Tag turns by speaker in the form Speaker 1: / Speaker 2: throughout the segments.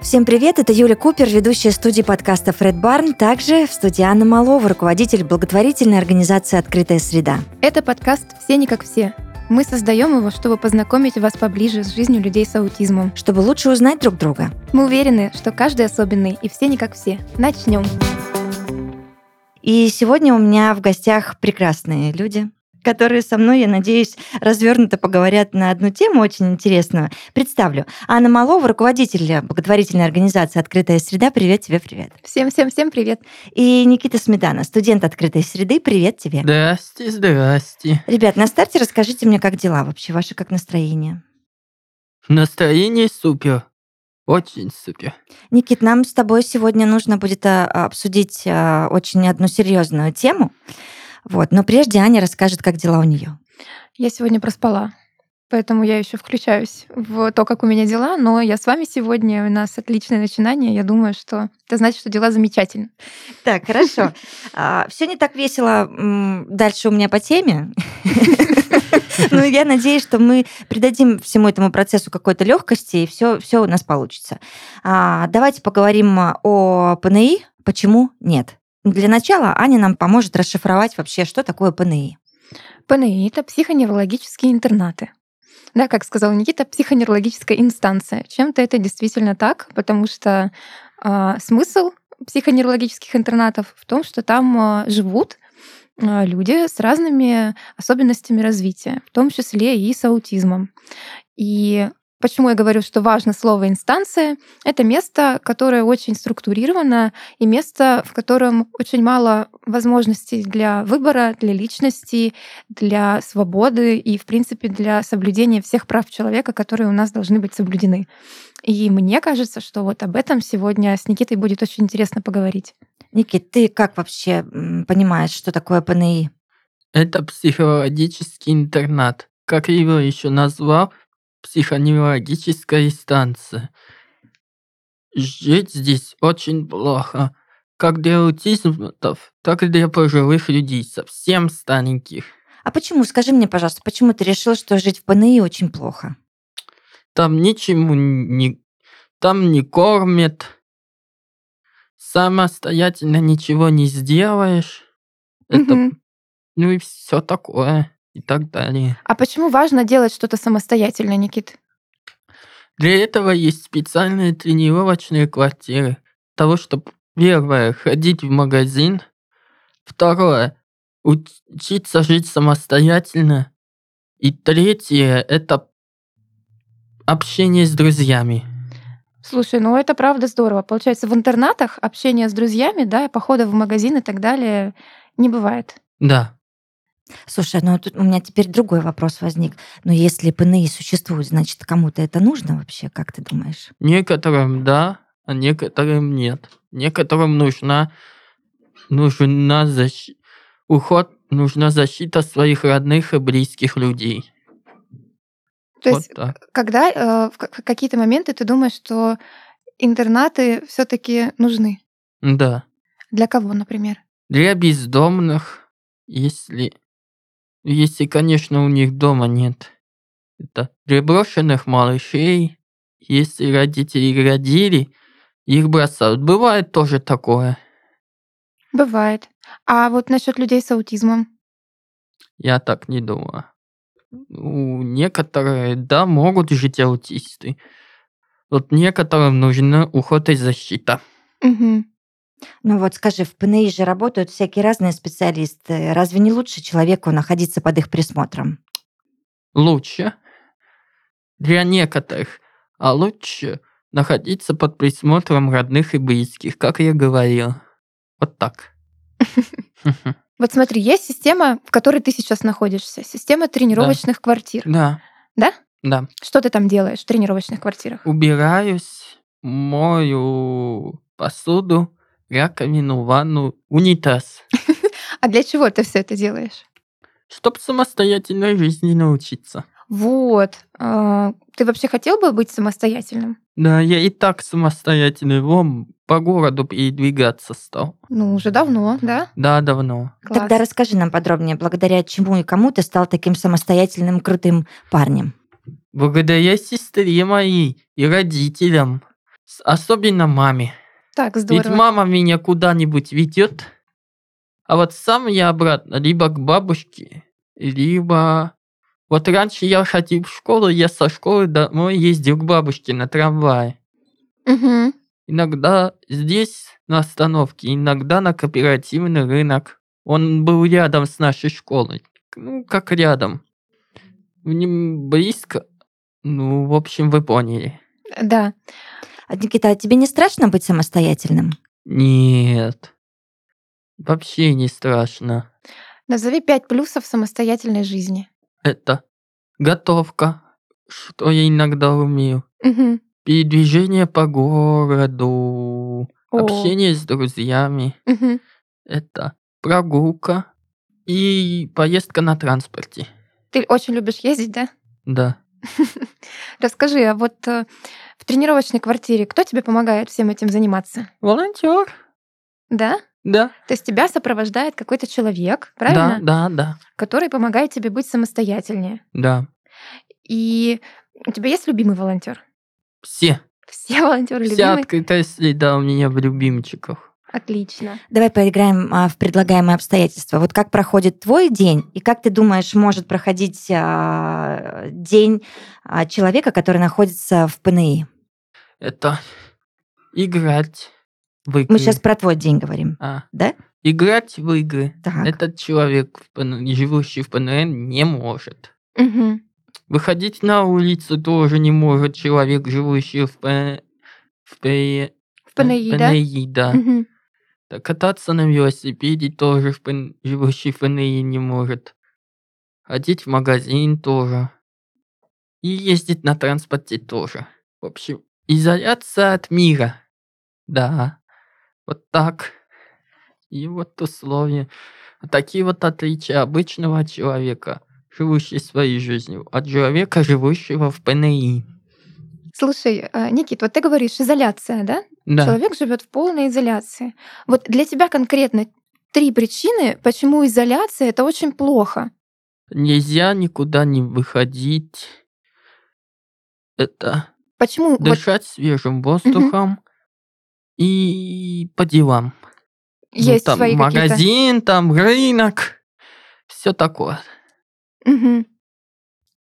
Speaker 1: Всем привет, это Юля Купер, ведущая студии подкаста «Фред Барн», также в студии Анна Малова, руководитель благотворительной организации «Открытая среда».
Speaker 2: Это подкаст «Все не как все». Мы создаем его, чтобы познакомить вас поближе с жизнью людей с аутизмом.
Speaker 1: Чтобы лучше узнать друг друга.
Speaker 2: Мы уверены, что каждый особенный и все не как все. Начнем.
Speaker 1: И сегодня у меня в гостях прекрасные люди, которые со мной, я надеюсь, развернуто поговорят на одну тему очень интересную. Представлю. Анна Малова, руководитель благотворительной организации «Открытая среда». Привет тебе, привет.
Speaker 2: Всем-всем-всем привет.
Speaker 1: И Никита Сметана, студент «Открытой среды». Привет тебе.
Speaker 3: Здрасте, здрасте.
Speaker 1: Ребят, на старте расскажите мне, как дела вообще, ваше как настроение?
Speaker 3: Настроение супер. Очень супер.
Speaker 1: Никит, нам с тобой сегодня нужно будет а, обсудить а, очень одну серьезную тему. Вот. Но прежде Аня расскажет, как дела у нее.
Speaker 2: Я сегодня проспала, поэтому я еще включаюсь в то, как у меня дела. Но я с вами сегодня, у нас отличное начинание. Я думаю, что это значит, что дела замечательны.
Speaker 1: Так, хорошо. Все не так весело дальше у меня по теме. Ну, я надеюсь, что мы придадим всему этому процессу какой-то легкости, и все, все у нас получится. А, давайте поговорим о ПНИ. Почему нет? Для начала Аня нам поможет расшифровать вообще, что такое ПНИ.
Speaker 2: ПНИ — это психоневрологические интернаты. Да, как сказал Никита, психоневрологическая инстанция. Чем-то это действительно так, потому что э, смысл психоневрологических интернатов в том, что там э, живут э, люди с разными особенностями развития, в том числе и с аутизмом. И Почему я говорю, что важно слово «инстанция»? Это место, которое очень структурировано, и место, в котором очень мало возможностей для выбора, для личности, для свободы и, в принципе, для соблюдения всех прав человека, которые у нас должны быть соблюдены. И мне кажется, что вот об этом сегодня с Никитой будет очень интересно поговорить.
Speaker 1: Никит, ты как вообще понимаешь, что такое ПНИ?
Speaker 3: Это психологический интернат. Как его еще назвал, психоневрологическая станция. Жить здесь очень плохо. Как для аутизмов, так и для пожилых людей, совсем стареньких.
Speaker 1: А почему, скажи мне, пожалуйста, почему ты решил, что жить в ПНИ очень плохо?
Speaker 3: Там ничему не... Там не кормят. Самостоятельно ничего не сделаешь. Это... Mm-hmm. Ну и все такое и так далее.
Speaker 2: А почему важно делать что-то самостоятельно, Никит?
Speaker 3: Для этого есть специальные тренировочные квартиры. Того, чтобы первое, ходить в магазин. Второе, учиться жить самостоятельно. И третье, это общение с друзьями.
Speaker 2: Слушай, ну это правда здорово. Получается, в интернатах общение с друзьями, да, похода в магазин и так далее не бывает.
Speaker 3: Да.
Speaker 1: Слушай, ну тут у меня теперь другой вопрос возник. Но если ПНИ существует, значит, кому-то это нужно вообще, как ты думаешь?
Speaker 3: Некоторым да, а некоторым нет. Некоторым нужна, нужна защ... уход, нужна защита своих родных и близких людей.
Speaker 2: То вот есть, так. когда э, в какие-то моменты ты думаешь, что интернаты все-таки нужны?
Speaker 3: Да.
Speaker 2: Для кого, например?
Speaker 3: Для бездомных, если если, конечно, у них дома нет. Это приброшенных малышей, если родители родили, их бросают. Бывает тоже такое.
Speaker 2: Бывает. А вот насчет людей с аутизмом?
Speaker 3: Я так не думаю. У некоторые, да, могут жить аутисты. Вот некоторым нужна уход и защита.
Speaker 2: Угу.
Speaker 1: Ну вот скажи, в ПНИ же работают всякие разные специалисты. Разве не лучше человеку находиться под их присмотром?
Speaker 3: Лучше. Для некоторых. А лучше находиться под присмотром родных и близких, как я говорил. Вот так.
Speaker 2: Вот смотри, есть система, в которой ты сейчас находишься. Система тренировочных квартир.
Speaker 3: Да.
Speaker 2: Да?
Speaker 3: Да.
Speaker 2: Что ты там делаешь в тренировочных квартирах?
Speaker 3: Убираюсь, мою посуду, раковину, ванну, унитаз.
Speaker 2: А для чего ты все это делаешь?
Speaker 3: Чтоб самостоятельной жизни научиться.
Speaker 2: Вот. а, Ты вообще хотел бы быть самостоятельным?
Speaker 3: Да, я и так самостоятельный. Вон, по городу передвигаться стал.
Speaker 2: Ну, уже давно, да?
Speaker 3: Да, давно.
Speaker 1: Класс. Тогда расскажи нам подробнее, благодаря чему и кому ты стал таким самостоятельным, крутым парнем.
Speaker 3: Благодаря сестре моей и родителям С- Особенно маме.
Speaker 2: Так, здорово.
Speaker 3: Ведь мама меня куда-нибудь ведет, а вот сам я обратно, либо к бабушке, либо... Вот раньше я ходил в школу, я со школы домой ездил к бабушке на трамвае.
Speaker 2: Мгм.
Speaker 3: Иногда здесь, на остановке, иногда на кооперативный рынок. Он был рядом с нашей школой. Ну, как рядом. В нем близко. Ну, в общем, вы поняли.
Speaker 2: Да.
Speaker 1: А, Никита, а тебе не страшно быть самостоятельным?
Speaker 3: Нет. Вообще не страшно.
Speaker 2: Назови пять плюсов самостоятельной жизни.
Speaker 3: Это готовка, что я иногда умею.
Speaker 2: Мгм.
Speaker 3: Передвижение по городу.
Speaker 2: О.
Speaker 3: Общение с друзьями.
Speaker 2: Мгм.
Speaker 3: Это прогулка и поездка на транспорте.
Speaker 2: Ты очень любишь ездить, да?
Speaker 3: Да.
Speaker 2: Расскажи, а вот э, в тренировочной квартире кто тебе помогает всем этим заниматься?
Speaker 3: Волонтер?
Speaker 2: Да?
Speaker 3: Да.
Speaker 2: То есть тебя сопровождает какой-то человек, правильно?
Speaker 3: Да, да, да.
Speaker 2: Который помогает тебе быть самостоятельнее.
Speaker 3: Да.
Speaker 2: И у тебя есть любимый волонтер?
Speaker 3: Все.
Speaker 2: Все волонтеры
Speaker 3: Вся
Speaker 2: любимые?
Speaker 3: открытая среда у меня в любимчиках.
Speaker 2: Отлично.
Speaker 1: Давай поиграем а, в предлагаемые обстоятельства. Вот как проходит твой день, и как ты думаешь, может проходить а, день а, человека, который находится в ПНИ?
Speaker 3: Это играть в игры.
Speaker 1: Мы сейчас про твой день говорим.
Speaker 3: А,
Speaker 1: да?
Speaker 3: Играть в игры.
Speaker 1: Так.
Speaker 3: Этот человек, в ПН, живущий в ПНН, не может.
Speaker 2: Мгм.
Speaker 3: Выходить на улицу тоже не может человек, живущий в ПН. В П-
Speaker 2: В ПНИ, да?
Speaker 3: ПНИ, да.
Speaker 2: Мгм.
Speaker 3: Да Кататься на велосипеде тоже в ПН- живущий в ПНИ не может. Ходить в магазин тоже. И ездить на транспорте тоже. В общем, изоляция от мира. Да, вот так. И вот условия. Вот Такие вот отличия обычного человека, живущего своей жизнью, от человека, живущего в ПНИ.
Speaker 2: Слушай, э, Никит, вот ты говоришь изоляция, да?
Speaker 3: Да.
Speaker 2: Человек живет в полной изоляции. Вот для тебя конкретно три причины, почему изоляция это очень плохо.
Speaker 3: Нельзя никуда не выходить. Это
Speaker 2: Почему вот
Speaker 3: дышать свежим воздухом и по делам. Ну,
Speaker 2: есть
Speaker 3: там
Speaker 2: свои какие-то.
Speaker 3: магазин, там рынок, все такое.
Speaker 2: Мгм.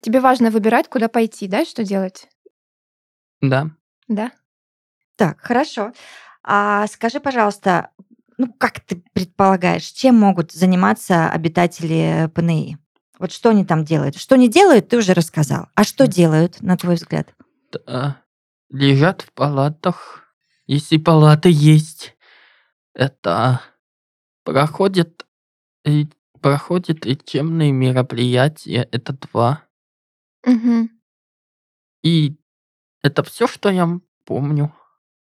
Speaker 2: Тебе важно выбирать, куда пойти, да, и что делать,
Speaker 3: Да.
Speaker 2: да?
Speaker 1: Так, хорошо. А скажи, пожалуйста, ну как ты предполагаешь, чем могут заниматься обитатели ПНИ? Вот что они там делают? Что не делают, ты уже рассказал. А что
Speaker 3: Мгм.
Speaker 1: делают, на твой взгляд?
Speaker 3: Да. Лежат в палатах, если палаты есть. Это проходят и проходят и темные мероприятия. Это два.
Speaker 2: Мгм.
Speaker 3: И это все, что я м- помню.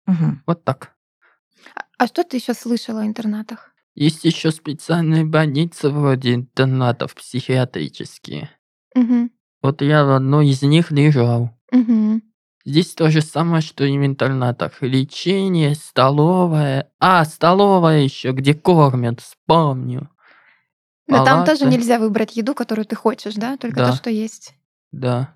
Speaker 1: Мгм.
Speaker 3: Вот так.
Speaker 2: А- А что ты еще слышала о интернатах?
Speaker 3: Есть еще специальные больницы вроде интернатов психиатрические.
Speaker 2: Мгм.
Speaker 3: Вот я в одной из них лежал.
Speaker 2: Мгм.
Speaker 3: Здесь то же самое, что и в интернатах. Лечение, столовая. А, столовая еще, где кормят, вспомню.
Speaker 2: Но там
Speaker 3: Палаты.
Speaker 2: тоже нельзя выбрать еду, которую ты хочешь, да, только
Speaker 3: Да.
Speaker 2: то, что есть.
Speaker 3: Да,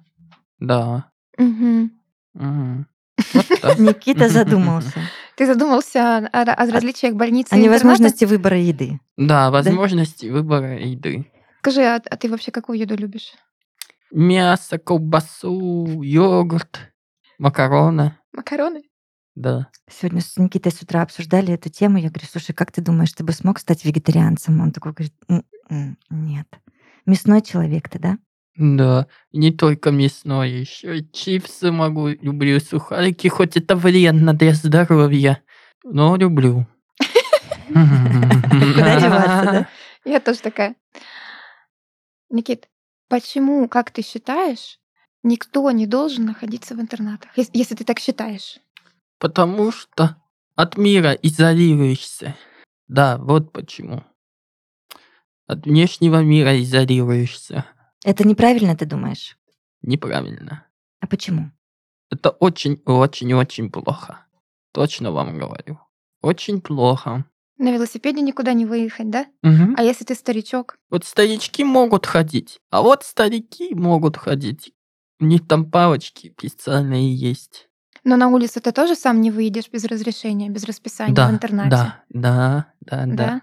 Speaker 3: да.
Speaker 2: Мгм.
Speaker 3: Мгм. Вот так.
Speaker 1: Никита задумался.
Speaker 2: Ты задумался о, о-
Speaker 3: А
Speaker 2: о различиях больницы
Speaker 1: О
Speaker 2: и интерната?
Speaker 1: невозможности выбора еды.
Speaker 3: Да, возможности выбора еды.
Speaker 2: Скажи, а, а ты вообще какую еду любишь?
Speaker 3: Мясо, колбасу, йогурт, макароны.
Speaker 2: Макароны?
Speaker 3: Да.
Speaker 1: Сегодня с Никитой с утра обсуждали эту тему. Я говорю, слушай, как ты думаешь, ты бы смог стать вегетарианцем? Он такой говорит, «М, м, нет. Мясной человек ты, да?
Speaker 3: Да, не только мясное, еще и чипсы могу, люблю сухарики, хоть это вредно для здоровья, но люблю.
Speaker 1: Куда деваться, да?
Speaker 2: Я тоже такая. Никит, почему, как ты считаешь, никто не должен находиться в интернатах, ес- если ты так считаешь?
Speaker 3: Потому что от мира изолируешься. Да, вот почему. От внешнего мира изолируешься.
Speaker 1: Это неправильно, ты думаешь?
Speaker 3: Неправильно.
Speaker 1: А почему?
Speaker 3: Это очень-очень-очень плохо. Точно вам говорю. Очень плохо.
Speaker 2: На велосипеде никуда не выехать, да?
Speaker 3: Мгм.
Speaker 2: А если ты старичок?
Speaker 3: Вот старички могут ходить, а вот старики могут ходить. У них там палочки специальные есть.
Speaker 2: Но на улицу ты тоже сам не выйдешь без разрешения, без расписания в
Speaker 3: Да,
Speaker 2: интернате.
Speaker 3: да, да, да, да.
Speaker 2: Да?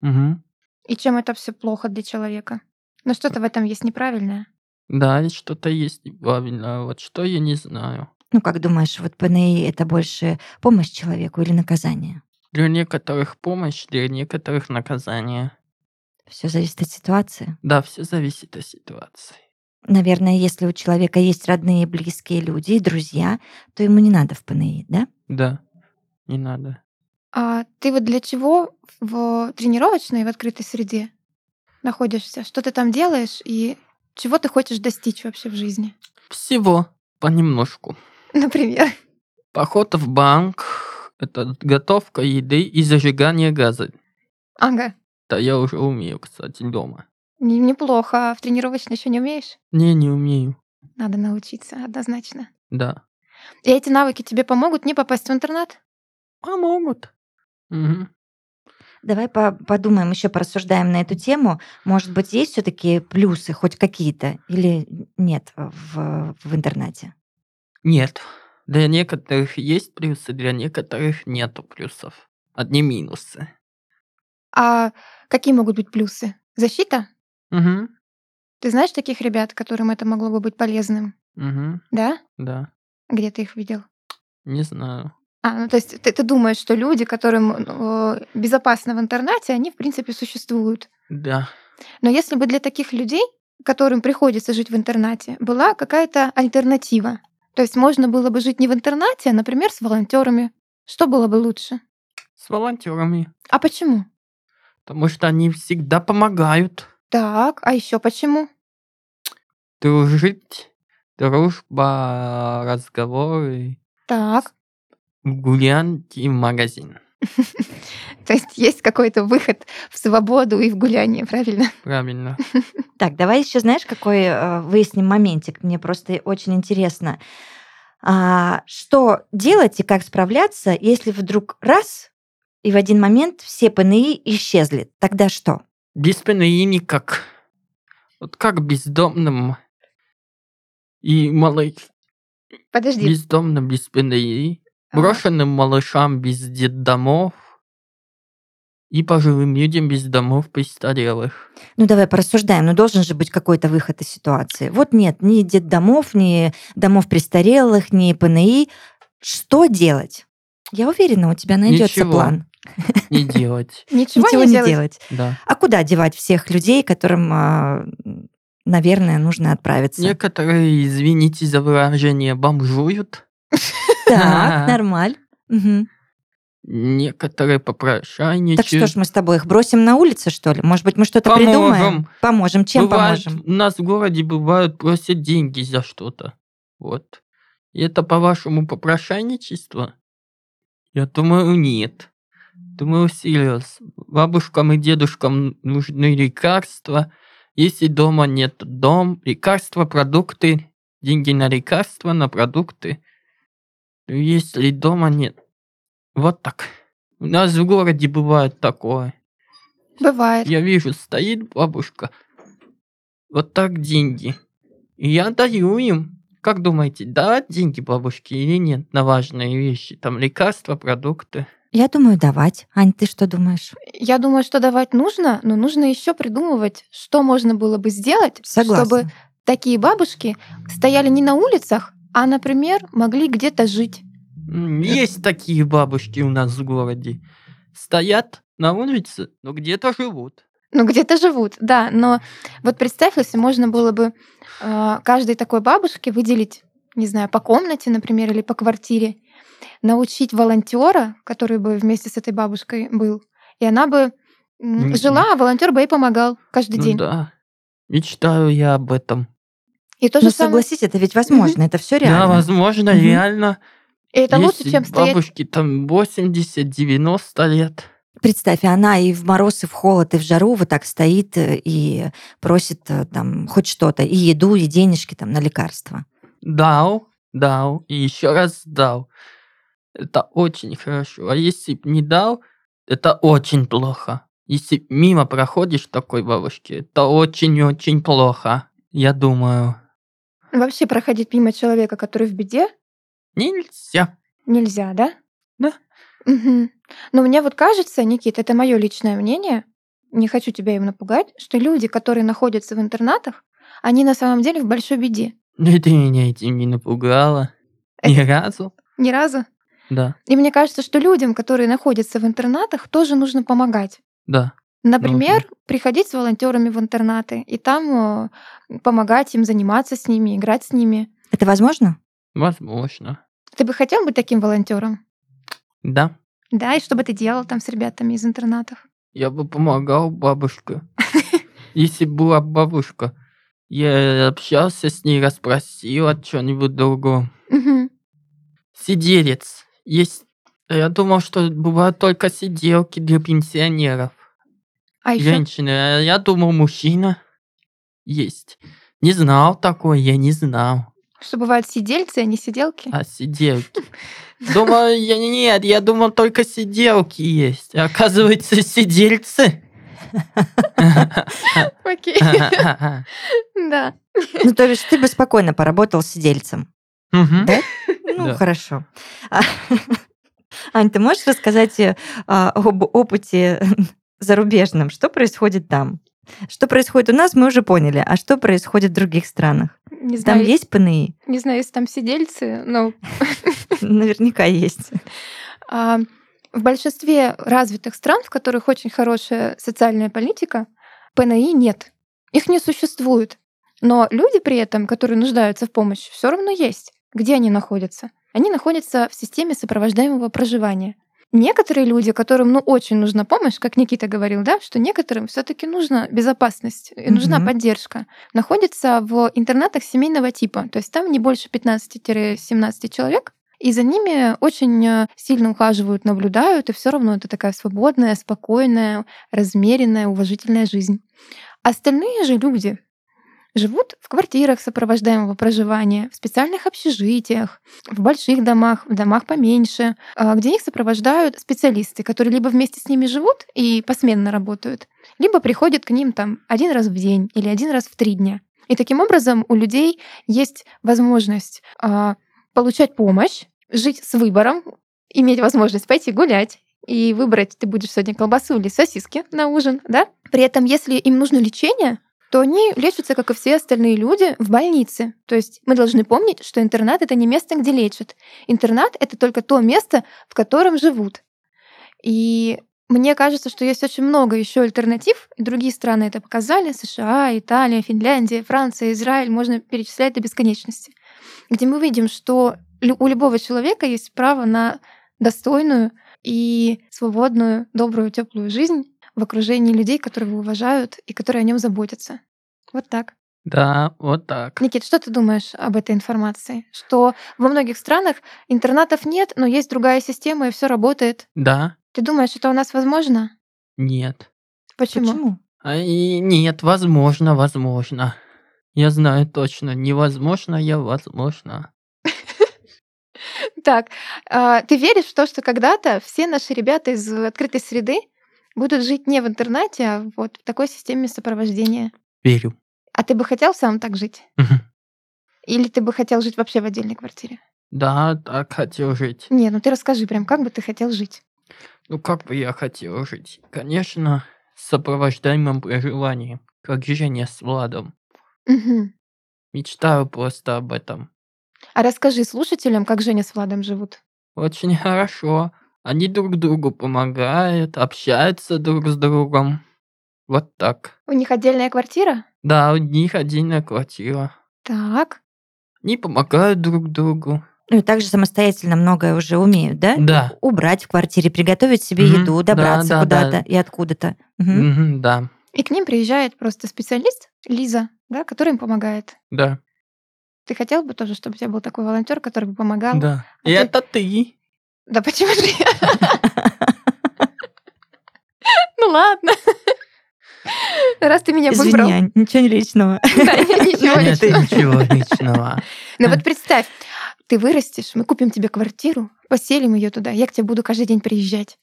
Speaker 3: Мгм.
Speaker 2: И чем это все плохо для человека? Но что-то в этом есть неправильное.
Speaker 3: Да, и что-то есть неправильно, а вот что я не знаю.
Speaker 1: Ну, как думаешь, вот ПНИ это больше помощь человеку или наказание?
Speaker 3: Для некоторых помощь, для некоторых наказание.
Speaker 1: Все зависит от ситуации.
Speaker 3: Да, все зависит от ситуации.
Speaker 1: Наверное, если у человека есть родные, близкие люди и друзья, то ему не надо в ПНИ, да?
Speaker 3: Да, не надо.
Speaker 2: А ты вот для чего в тренировочной, в открытой среде находишься? Что ты там делаешь и чего ты хочешь достичь вообще в жизни?
Speaker 3: Всего понемножку.
Speaker 2: Например.
Speaker 3: Поход в банк, это готовка еды и зажигание газа.
Speaker 2: Ага,
Speaker 3: Да я уже умею, кстати, дома.
Speaker 2: не- неплохо. А в тренировочной еще не умеешь?
Speaker 3: Не, не умею.
Speaker 2: Надо научиться, однозначно.
Speaker 3: Да.
Speaker 2: И эти навыки тебе помогут не попасть в интернат?
Speaker 3: Помогут. Мгм.
Speaker 1: Давай по- подумаем, еще порассуждаем на эту тему. Может быть, есть все-таки плюсы хоть какие-то или нет в, в интернете?
Speaker 3: Нет. Для некоторых есть плюсы, для некоторых нету плюсов. Одни минусы.
Speaker 2: А какие могут быть плюсы? Защита?
Speaker 3: Угу.
Speaker 2: Ты знаешь таких ребят, которым это могло бы быть полезным?
Speaker 3: Угу.
Speaker 2: Да?
Speaker 3: Да.
Speaker 2: Где ты их видел?
Speaker 3: Не знаю.
Speaker 2: А, ну то есть ты, ты думаешь, что люди, которым э, безопасно в интернете, они в принципе существуют.
Speaker 3: Да.
Speaker 2: Но если бы для таких людей, которым приходится жить в интернате, была какая-то альтернатива, то есть можно было бы жить не в интернате, а, например, с волонтерами, что было бы лучше?
Speaker 3: С волонтерами.
Speaker 2: А почему?
Speaker 3: Потому что они всегда помогают.
Speaker 2: Так, а еще почему?
Speaker 3: Дружить, дружба, разговоры,
Speaker 2: Так,
Speaker 3: гулянки в магазин.
Speaker 2: то есть есть какой-то выход в свободу и в гуляние, правильно?
Speaker 3: Правильно.
Speaker 1: Так, давай еще, знаешь, какой э, выясним моментик. Мне просто очень интересно, А, что делать и как справляться, если вдруг раз и в один момент все ПНИ исчезли. Тогда что?
Speaker 3: Без ПНИ никак. Вот как бездомным и малыш...
Speaker 2: Подожди.
Speaker 3: бездомным без ПНИ,
Speaker 2: а,
Speaker 3: брошенным малышам без детдомов и пожилым людям без домов престарелых.
Speaker 1: Ну, давай порассуждаем. Ну, должен же быть какой-то выход из ситуации. Вот нет, ни детдомов, ни домов престарелых, ни ПНИ. Что делать? Я уверена, у тебя найдется
Speaker 3: Ничего.
Speaker 1: план.
Speaker 3: Не делать.
Speaker 2: Ничего,
Speaker 1: Ничего
Speaker 2: не,
Speaker 1: не
Speaker 2: делать.
Speaker 1: делать.
Speaker 3: Да.
Speaker 1: А куда девать всех людей, которым, а, наверное, нужно отправиться?
Speaker 3: Некоторые, извините за выражение, бомжуют.
Speaker 1: Так, нормаль. Мгм.
Speaker 3: Некоторые попрошайничают.
Speaker 1: Так что ж, мы с тобой их бросим на улице, что ли? Может быть, мы что-то
Speaker 3: Поможем.
Speaker 1: придумаем? Поможем. Чем
Speaker 3: Бывает,
Speaker 1: поможем?
Speaker 3: У нас в городе бывают просят деньги за что-то. Вот. И это по-вашему попрошайничество? Я думаю, нет. Думаю, всерьез. Бабушкам и дедушкам нужны лекарства. Если дома нет дом, лекарства, продукты, деньги на лекарства, на продукты. Но Если дома нет. Вот так. У нас в городе бывает такое.
Speaker 2: Бывает.
Speaker 3: Я вижу, стоит бабушка. Вот так деньги. И я даю им. Как думаете, дать деньги бабушке или нет на важные вещи? Там лекарства, продукты.
Speaker 1: Я думаю, давать. Ань, ты что думаешь?
Speaker 2: Я думаю, что давать нужно, но нужно еще придумывать, что можно было бы сделать,
Speaker 1: Согласна.
Speaker 2: чтобы такие бабушки стояли не на улицах, а, например, могли где-то жить.
Speaker 3: М, Есть такие бабушки у нас в городе. Стоят на улице, но где-то живут.
Speaker 2: Ну, где-то живут, да. Но вот представь, если можно было бы э, каждой такой бабушке выделить, не знаю, по комнате, например, или по квартире, научить волонтера, который бы вместе с этой бабушкой был, и она бы м,
Speaker 3: Мгм.
Speaker 2: жила, а волонтер бы ей помогал каждый
Speaker 3: Ну
Speaker 2: день.
Speaker 3: да. Мечтаю я об этом.
Speaker 2: И то
Speaker 1: Ну,
Speaker 2: же самое.
Speaker 1: согласись, это ведь возможно, это все
Speaker 3: Да,
Speaker 1: реально.
Speaker 3: возможно,
Speaker 1: Мгм.
Speaker 3: реально.
Speaker 2: И это лучше,
Speaker 3: Если
Speaker 2: чем стоять
Speaker 3: бабушки там 80-90 лет.
Speaker 1: Представь, она и в мороз, и в холод, и в жару вот так стоит э, и просит э, там хоть что-то, и еду, и денежки там на лекарства.
Speaker 3: Дал, дал и еще раз дал. Это очень хорошо. А если б не дал, это очень плохо. Если б мимо проходишь такой бабушки, это очень-очень плохо. Я думаю.
Speaker 2: Вообще проходить мимо человека, который в беде,
Speaker 3: Нельзя.
Speaker 2: Нельзя, да?
Speaker 3: Да.
Speaker 2: Мгм. Но мне вот кажется, Никит, это мое личное мнение, не хочу тебя им напугать, что люди, которые находятся в интернатах, они на самом деле в большой беде.
Speaker 3: Да ты Ну, меня этим не напугала. Ни разу.
Speaker 2: Ни разу.
Speaker 3: Да,
Speaker 2: И мне кажется, что людям, которые находятся в интернатах, тоже нужно помогать.
Speaker 3: да.
Speaker 2: Например, приходить с волонтерами в интернаты и там э, помогать им заниматься с ними, играть с ними.
Speaker 1: Это возможно?
Speaker 3: Возможно.
Speaker 2: Ты бы хотел быть таким волонтером?
Speaker 3: Да.
Speaker 2: Да, и что бы ты делал там с ребятами из интернатов?
Speaker 3: Я бы помогал бабушке. Если была бабушка, я общался с ней, расспросил о чем-нибудь другом.
Speaker 2: Мгм.
Speaker 3: Сиделец. Есть... э, Я думал, что бывают только сиделки для пенсионеров.
Speaker 2: А еще
Speaker 3: Женщины. А Я думал, мужчина есть. Не знал такой, я не знал.
Speaker 2: что бывают сидельцы, а не сиделки?
Speaker 3: А сиделки? Думал, я не- нет, я думал, только сиделки есть. А Оказывается, сидельцы.
Speaker 2: Окей, да.
Speaker 1: Ну, то есть ты бы спокойно поработал с сидельцем.
Speaker 3: Мгм.
Speaker 1: Ну,
Speaker 3: Да.
Speaker 1: хорошо. А, Ань, ты можешь рассказать э, а, об опыте зарубежном? Что происходит там? Что происходит у нас, мы уже поняли. А что происходит в других странах?
Speaker 2: Не
Speaker 1: Там
Speaker 2: знаю,
Speaker 1: есть ПНИ?
Speaker 2: не знаю, если там сидельцы, но
Speaker 1: Наверняка есть.
Speaker 2: А, В большинстве развитых стран, в которых очень хорошая социальная политика, ПНИ нет. Их не существует. Но люди при этом, которые нуждаются в помощи, все равно есть. Где они находятся? Они находятся в системе сопровождаемого проживания. Некоторые люди, которым ну, очень нужна помощь, как Никита говорил, да, что некоторым все-таки нужна безопасность и нужна
Speaker 1: Мгм.
Speaker 2: поддержка, находятся в интернатах семейного типа. То есть там не больше 15-17 человек, и за ними очень э, сильно ухаживают, наблюдают, и все равно это такая свободная, спокойная, размеренная, уважительная жизнь. Остальные же люди живут в квартирах сопровождаемого проживания, в специальных общежитиях, в больших домах, в домах поменьше, а, где их сопровождают специалисты, которые либо вместе с ними живут и посменно работают, либо приходят к ним там один раз в день или один раз в три дня. И таким образом у людей есть возможность а, получать помощь, жить с выбором, иметь возможность пойти гулять и выбрать, ты будешь сегодня колбасу или сосиски на ужин, да? При этом, если им нужно лечение, то они лечатся, как и все остальные люди, в больнице. То есть мы должны помнить, что интернат — это не место, где лечат. Интернат — это только то место, в котором живут. И мне кажется, что есть очень много еще альтернатив. и Другие страны это показали. США, Италия, Финляндия, Франция, Израиль. Можно перечислять до бесконечности. Где мы видим, что лю- у любого человека есть право на достойную и свободную, добрую, теплую жизнь в окружении людей, которые его уважают и которые о нем заботятся. Вот так.
Speaker 3: Да, вот так.
Speaker 2: Никит, что ты думаешь об этой информации? Что во многих странах интернатов нет, но есть другая система, и все работает.
Speaker 3: Да,
Speaker 2: Ты думаешь, это у нас возможно?
Speaker 3: нет.
Speaker 2: Почему?
Speaker 3: А, и нет, возможно, возможно. Я знаю точно, невозможно, я возможно.
Speaker 2: Так, а, ты веришь в то, что когда-то все наши ребята из открытой среды будут жить не в интернате, а вот в такой системе сопровождения?
Speaker 3: Верю.
Speaker 2: А ты бы хотел сам так жить?
Speaker 3: Мгм.
Speaker 2: Или ты бы хотел жить вообще в отдельной квартире?
Speaker 3: Да, так хотел жить.
Speaker 2: Не, ну ты расскажи прям, как бы ты хотел жить?
Speaker 3: Ну, как бы я хотел жить? Конечно, с сопровождаемым проживанием, как Женя с Владом.
Speaker 2: Мгм.
Speaker 3: Мечтаю просто об этом.
Speaker 2: А расскажи слушателям, как Женя с Владом живут.
Speaker 3: Очень хорошо. Они друг другу помогают, общаются друг с другом. Вот так.
Speaker 2: У них отдельная квартира?
Speaker 3: Да, у них отдельная квартира.
Speaker 2: Так.
Speaker 3: Они помогают друг другу.
Speaker 1: Ну и также самостоятельно многое уже умеют, да?
Speaker 3: Да.
Speaker 1: Убрать в квартире, приготовить себе
Speaker 3: Мгм.
Speaker 1: еду,
Speaker 3: Да,
Speaker 1: добраться
Speaker 3: да,
Speaker 1: куда-то
Speaker 3: да.
Speaker 1: и откуда-то. Мгм.
Speaker 3: Мгм, да,
Speaker 2: И к ним приезжает просто специалист Лиза, да, который им помогает.
Speaker 3: да,
Speaker 2: Ты хотел бы тоже, чтобы у тебя был такой волонтер, который бы помогал?
Speaker 3: да.
Speaker 2: А
Speaker 3: И
Speaker 2: ты-
Speaker 3: это ты.
Speaker 2: Да почему же я? Ну ладно. Раз ты меня
Speaker 1: Извини,
Speaker 2: выбрал.
Speaker 1: Ань, ничего не личного.
Speaker 2: Да, не- ничего
Speaker 3: Нет,
Speaker 2: личного.
Speaker 3: ничего личного.
Speaker 2: Ну вот представь, ты вырастешь, мы купим тебе квартиру, поселим ее туда, я к тебе буду каждый день приезжать.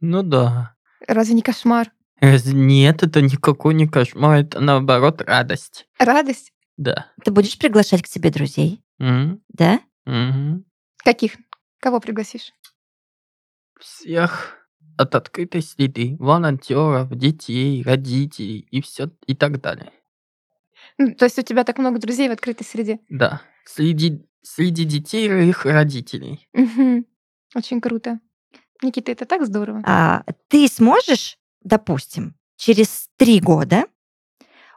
Speaker 3: Ну да.
Speaker 2: Разве не кошмар?
Speaker 3: Разве Нет, это никакой не кошмар, это наоборот радость.
Speaker 2: Радость?
Speaker 3: Да.
Speaker 1: Ты будешь приглашать к себе друзей,
Speaker 3: М,
Speaker 1: да?
Speaker 3: мгм.
Speaker 2: Каких? Кого пригласишь?
Speaker 3: Всех от открытой среды, волонтеров, детей, родителей и все и так далее.
Speaker 2: Ну, то есть у тебя так много друзей в открытой среде.
Speaker 3: Да, среди, среди детей и их родителей.
Speaker 2: Мгм. Очень круто. Никита, это так здорово.
Speaker 1: А, ты сможешь, допустим, через три года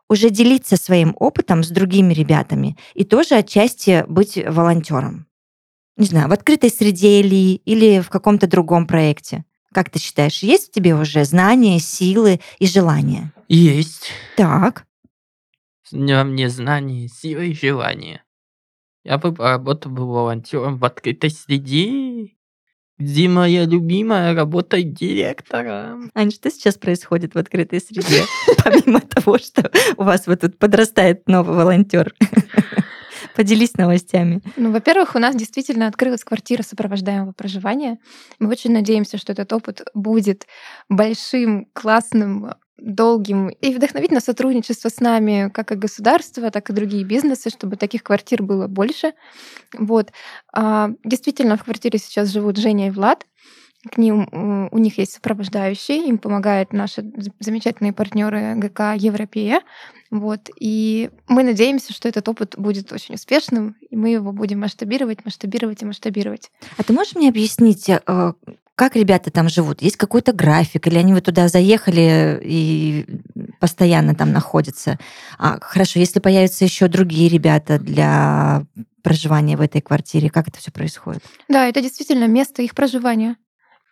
Speaker 1: уже делиться своим опытом с другими ребятами и тоже отчасти быть волонтером? Не знаю, в открытой среде или, или в каком-то другом проекте? Как ты считаешь, есть в тебе уже знания, силы и желания?
Speaker 3: Есть
Speaker 1: Так.
Speaker 3: во мне знания, силы и желания. Я бы поработал бы волонтером в открытой среде, где моя любимая работа директором.
Speaker 1: Аня, что сейчас происходит в открытой среде? Помимо того, что у вас вот тут подрастает новый волонтер. Поделись новостями.
Speaker 2: Ну, во-первых, у нас действительно открылась квартира сопровождаемого проживания. Мы очень надеемся, что этот опыт будет большим, классным, долгим и вдохновить на сотрудничество с нами, как и государство, так и другие бизнесы, чтобы таких квартир было больше. Вот. А, Действительно, в квартире сейчас живут Женя и Влад. К ним э, у них есть сопровождающий, им помогают наши з- замечательные партнеры ГК Европея. Вот. И мы надеемся, что этот опыт будет очень успешным, и мы его будем масштабировать, масштабировать и масштабировать.
Speaker 1: А ты можешь мне объяснить, э, э, как ребята там живут? Есть какой-то график? Или они вот туда заехали и постоянно там находятся? А, хорошо, если появятся еще другие ребята для проживания в этой квартире, как это все происходит?
Speaker 2: Да, это действительно место их проживания.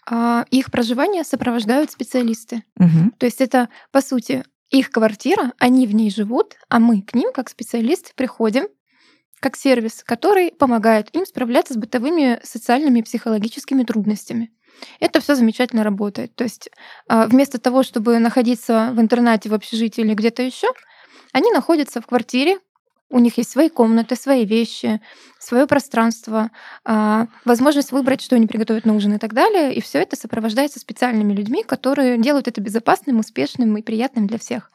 Speaker 2: А их проживание сопровождают специалисты.
Speaker 1: Мгм.
Speaker 2: То есть это, по сути, их квартира, они в ней живут, а мы к ним, как специалисты, приходим как сервис, который помогает им справляться с бытовыми, социальными и психологическими трудностями. Это все замечательно работает. То есть а, вместо того, чтобы находиться в интернате, в общежитии или где-то еще, они находятся в квартире, у них есть свои комнаты, свои вещи, свое пространство, а, возможность выбрать, что они приготовят на ужин и так далее. И все это сопровождается специальными людьми, которые делают это безопасным, успешным и приятным для всех.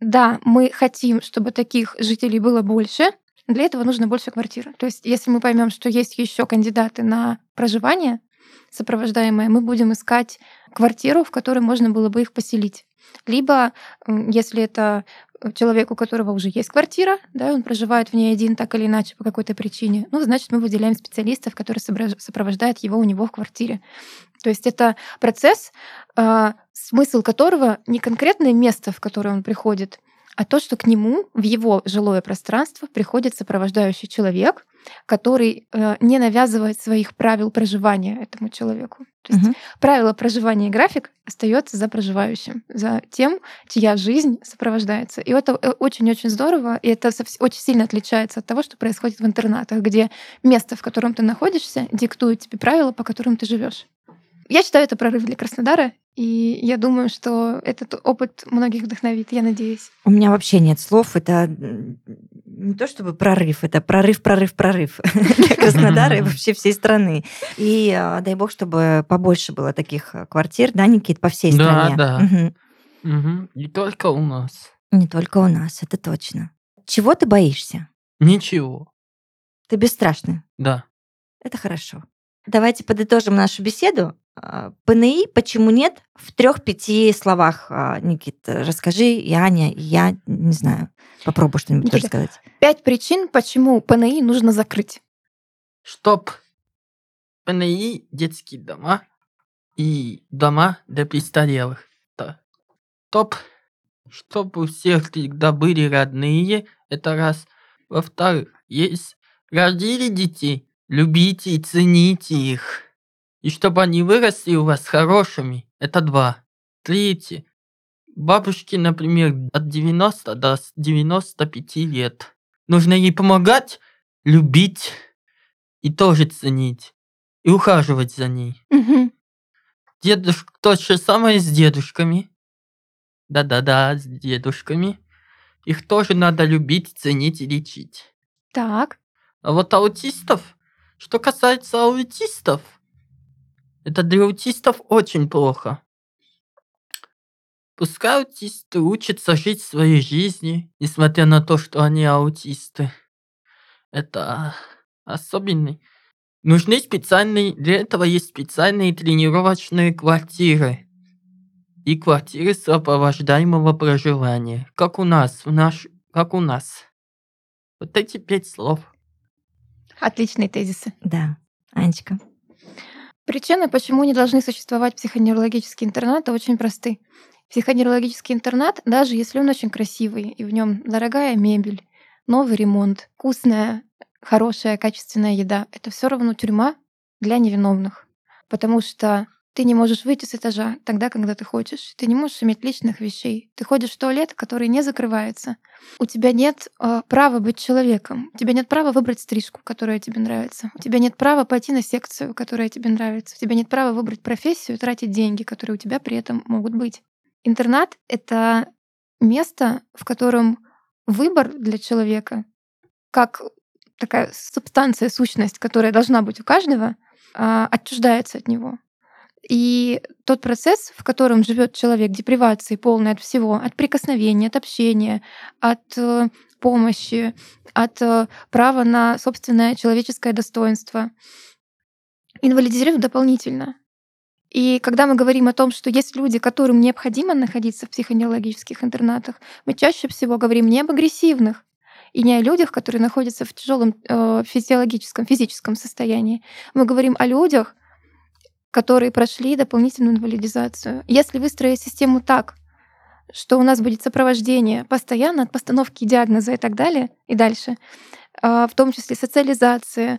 Speaker 2: Да, мы хотим, чтобы таких жителей было больше. Для этого нужно больше квартир. То есть, если мы поймем, что есть еще кандидаты на проживание сопровождаемое, мы будем искать квартиру, в которой можно было бы их поселить. Либо, м, если это человек, у которого уже есть квартира, да, и он проживает в ней один так или иначе по какой-то причине, ну, значит, мы выделяем специалистов, которые собра- сопровождают его у него в квартире. То есть это процесс, а, смысл которого не конкретное место, в которое он приходит, а то, что к нему в его жилое пространство приходит сопровождающий человек, который э, не навязывает своих правил проживания этому человеку. То есть
Speaker 1: Мгм.
Speaker 2: правила проживания и график остается за проживающим, за тем, чья жизнь сопровождается. И это э, очень-очень здорово, и это совс- очень сильно отличается от того, что происходит в интернатах, где место, в котором ты находишься, диктует тебе правила, по которым ты живешь. Я считаю, это прорыв для Краснодара, и я думаю, что этот опыт многих вдохновит, я надеюсь.
Speaker 1: У меня вообще нет слов. Это м, не то чтобы прорыв, это прорыв, прорыв, прорыв для Краснодара и вообще всей страны. И э, дай бог, чтобы побольше было таких э, квартир, да, Никит, по всей
Speaker 3: Да,
Speaker 1: стране.
Speaker 3: да.
Speaker 1: Мгм.
Speaker 3: Мгм. Не только у нас.
Speaker 1: Не только у нас, это точно. Чего ты боишься?
Speaker 3: Ничего.
Speaker 1: Ты бесстрашный.
Speaker 3: Да.
Speaker 1: Это хорошо. Давайте подытожим нашу беседу. А, ПНИ, почему нет? В трех-пяти словах, а, Никит, расскажи, и Аня, и я, не знаю, попробую что-нибудь тоже
Speaker 2: Никита.
Speaker 1: сказать.
Speaker 2: Пять причин, почему ПНИ нужно закрыть.
Speaker 3: Чтоб ПНИ, детские дома и дома для престарелых. Да. Топ. Чтоб у всех всегда были родные, это раз. Во-вторых, есть родили детей, любите и цените их. И чтобы они выросли у вас хорошими, это два. Третье. Бабушке, например, от 90 до с- 95 лет. Нужно ей помогать, любить и тоже ценить. И ухаживать за ней. Дедушка, то же самое с дедушками. Да-да-да, с дедушками. Их тоже надо любить, ценить и лечить.
Speaker 2: Так.
Speaker 3: А вот аутистов, что касается аутистов, это для аутистов очень плохо. Пускай аутисты учатся жить своей жизнью, несмотря на то, что они аутисты. Это особенный Нужны специальные, для этого есть специальные тренировочные квартиры и квартиры сопровождаемого проживания, как у нас, в наш, как у нас. Вот эти пять слов.
Speaker 2: Отличные тезисы.
Speaker 1: Да, Анечка.
Speaker 2: Причины, почему не должны существовать психоневрологические интернаты, очень просты. Психоневрологический интернат, даже если он очень красивый, и в нем дорогая мебель, новый ремонт, вкусная, хорошая, качественная еда, это все равно тюрьма для невиновных. Потому что ты не можешь выйти с этажа тогда, когда ты хочешь. Ты не можешь иметь личных вещей. Ты ходишь в туалет, который не закрывается. У тебя нет э, права быть человеком. У тебя нет права выбрать стрижку, которая тебе нравится. У тебя нет права пойти на секцию, которая тебе нравится. У тебя нет права выбрать профессию и тратить деньги, которые у тебя при этом могут быть. Интернат — это место, в котором выбор для человека, как такая субстанция, сущность, которая должна быть у каждого, э, отчуждается от него. И тот процесс, в котором живет человек, депривации полной от всего, от прикосновения, от общения, от э, помощи, от э, права на собственное человеческое достоинство, инвалидизирует дополнительно. И когда мы говорим о том, что есть люди, которым необходимо находиться в психонеологических интернатах, мы чаще всего говорим не об агрессивных, и не о людях, которые находятся в тяжелом э, физиологическом, физическом состоянии. Мы говорим о людях, которые прошли дополнительную инвалидизацию. Если выстроить систему так, что у нас будет сопровождение постоянно от постановки диагноза и так далее, и дальше, А, в том числе социализация,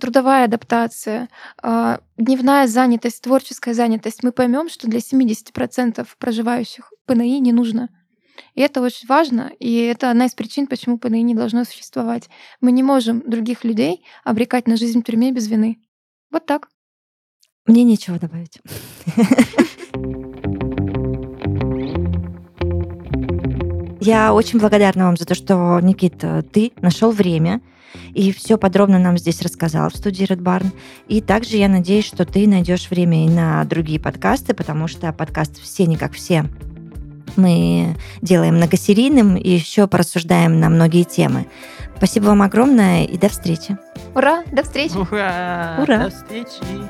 Speaker 2: трудовая адаптация, а, дневная занятость, творческая занятость, мы поймем, что для 70% проживающих ПНИ не нужно. И это очень важно, и это одна из причин, почему ПНИ не должно существовать. Мы не можем других людей обрекать на жизнь в тюрьме без вины. Вот так.
Speaker 1: Мне нечего добавить. Я очень благодарна вам за то, что, Никит, ты нашел время и все подробно нам здесь рассказал в студии Red Barn. И также я надеюсь, что ты найдешь время и на другие подкасты, потому что подкаст «Все не как все» мы делаем многосерийным и еще порассуждаем на многие темы. Спасибо вам огромное и до встречи.
Speaker 2: Ура! До встречи!
Speaker 3: Ура!
Speaker 1: Ура.
Speaker 3: До встречи!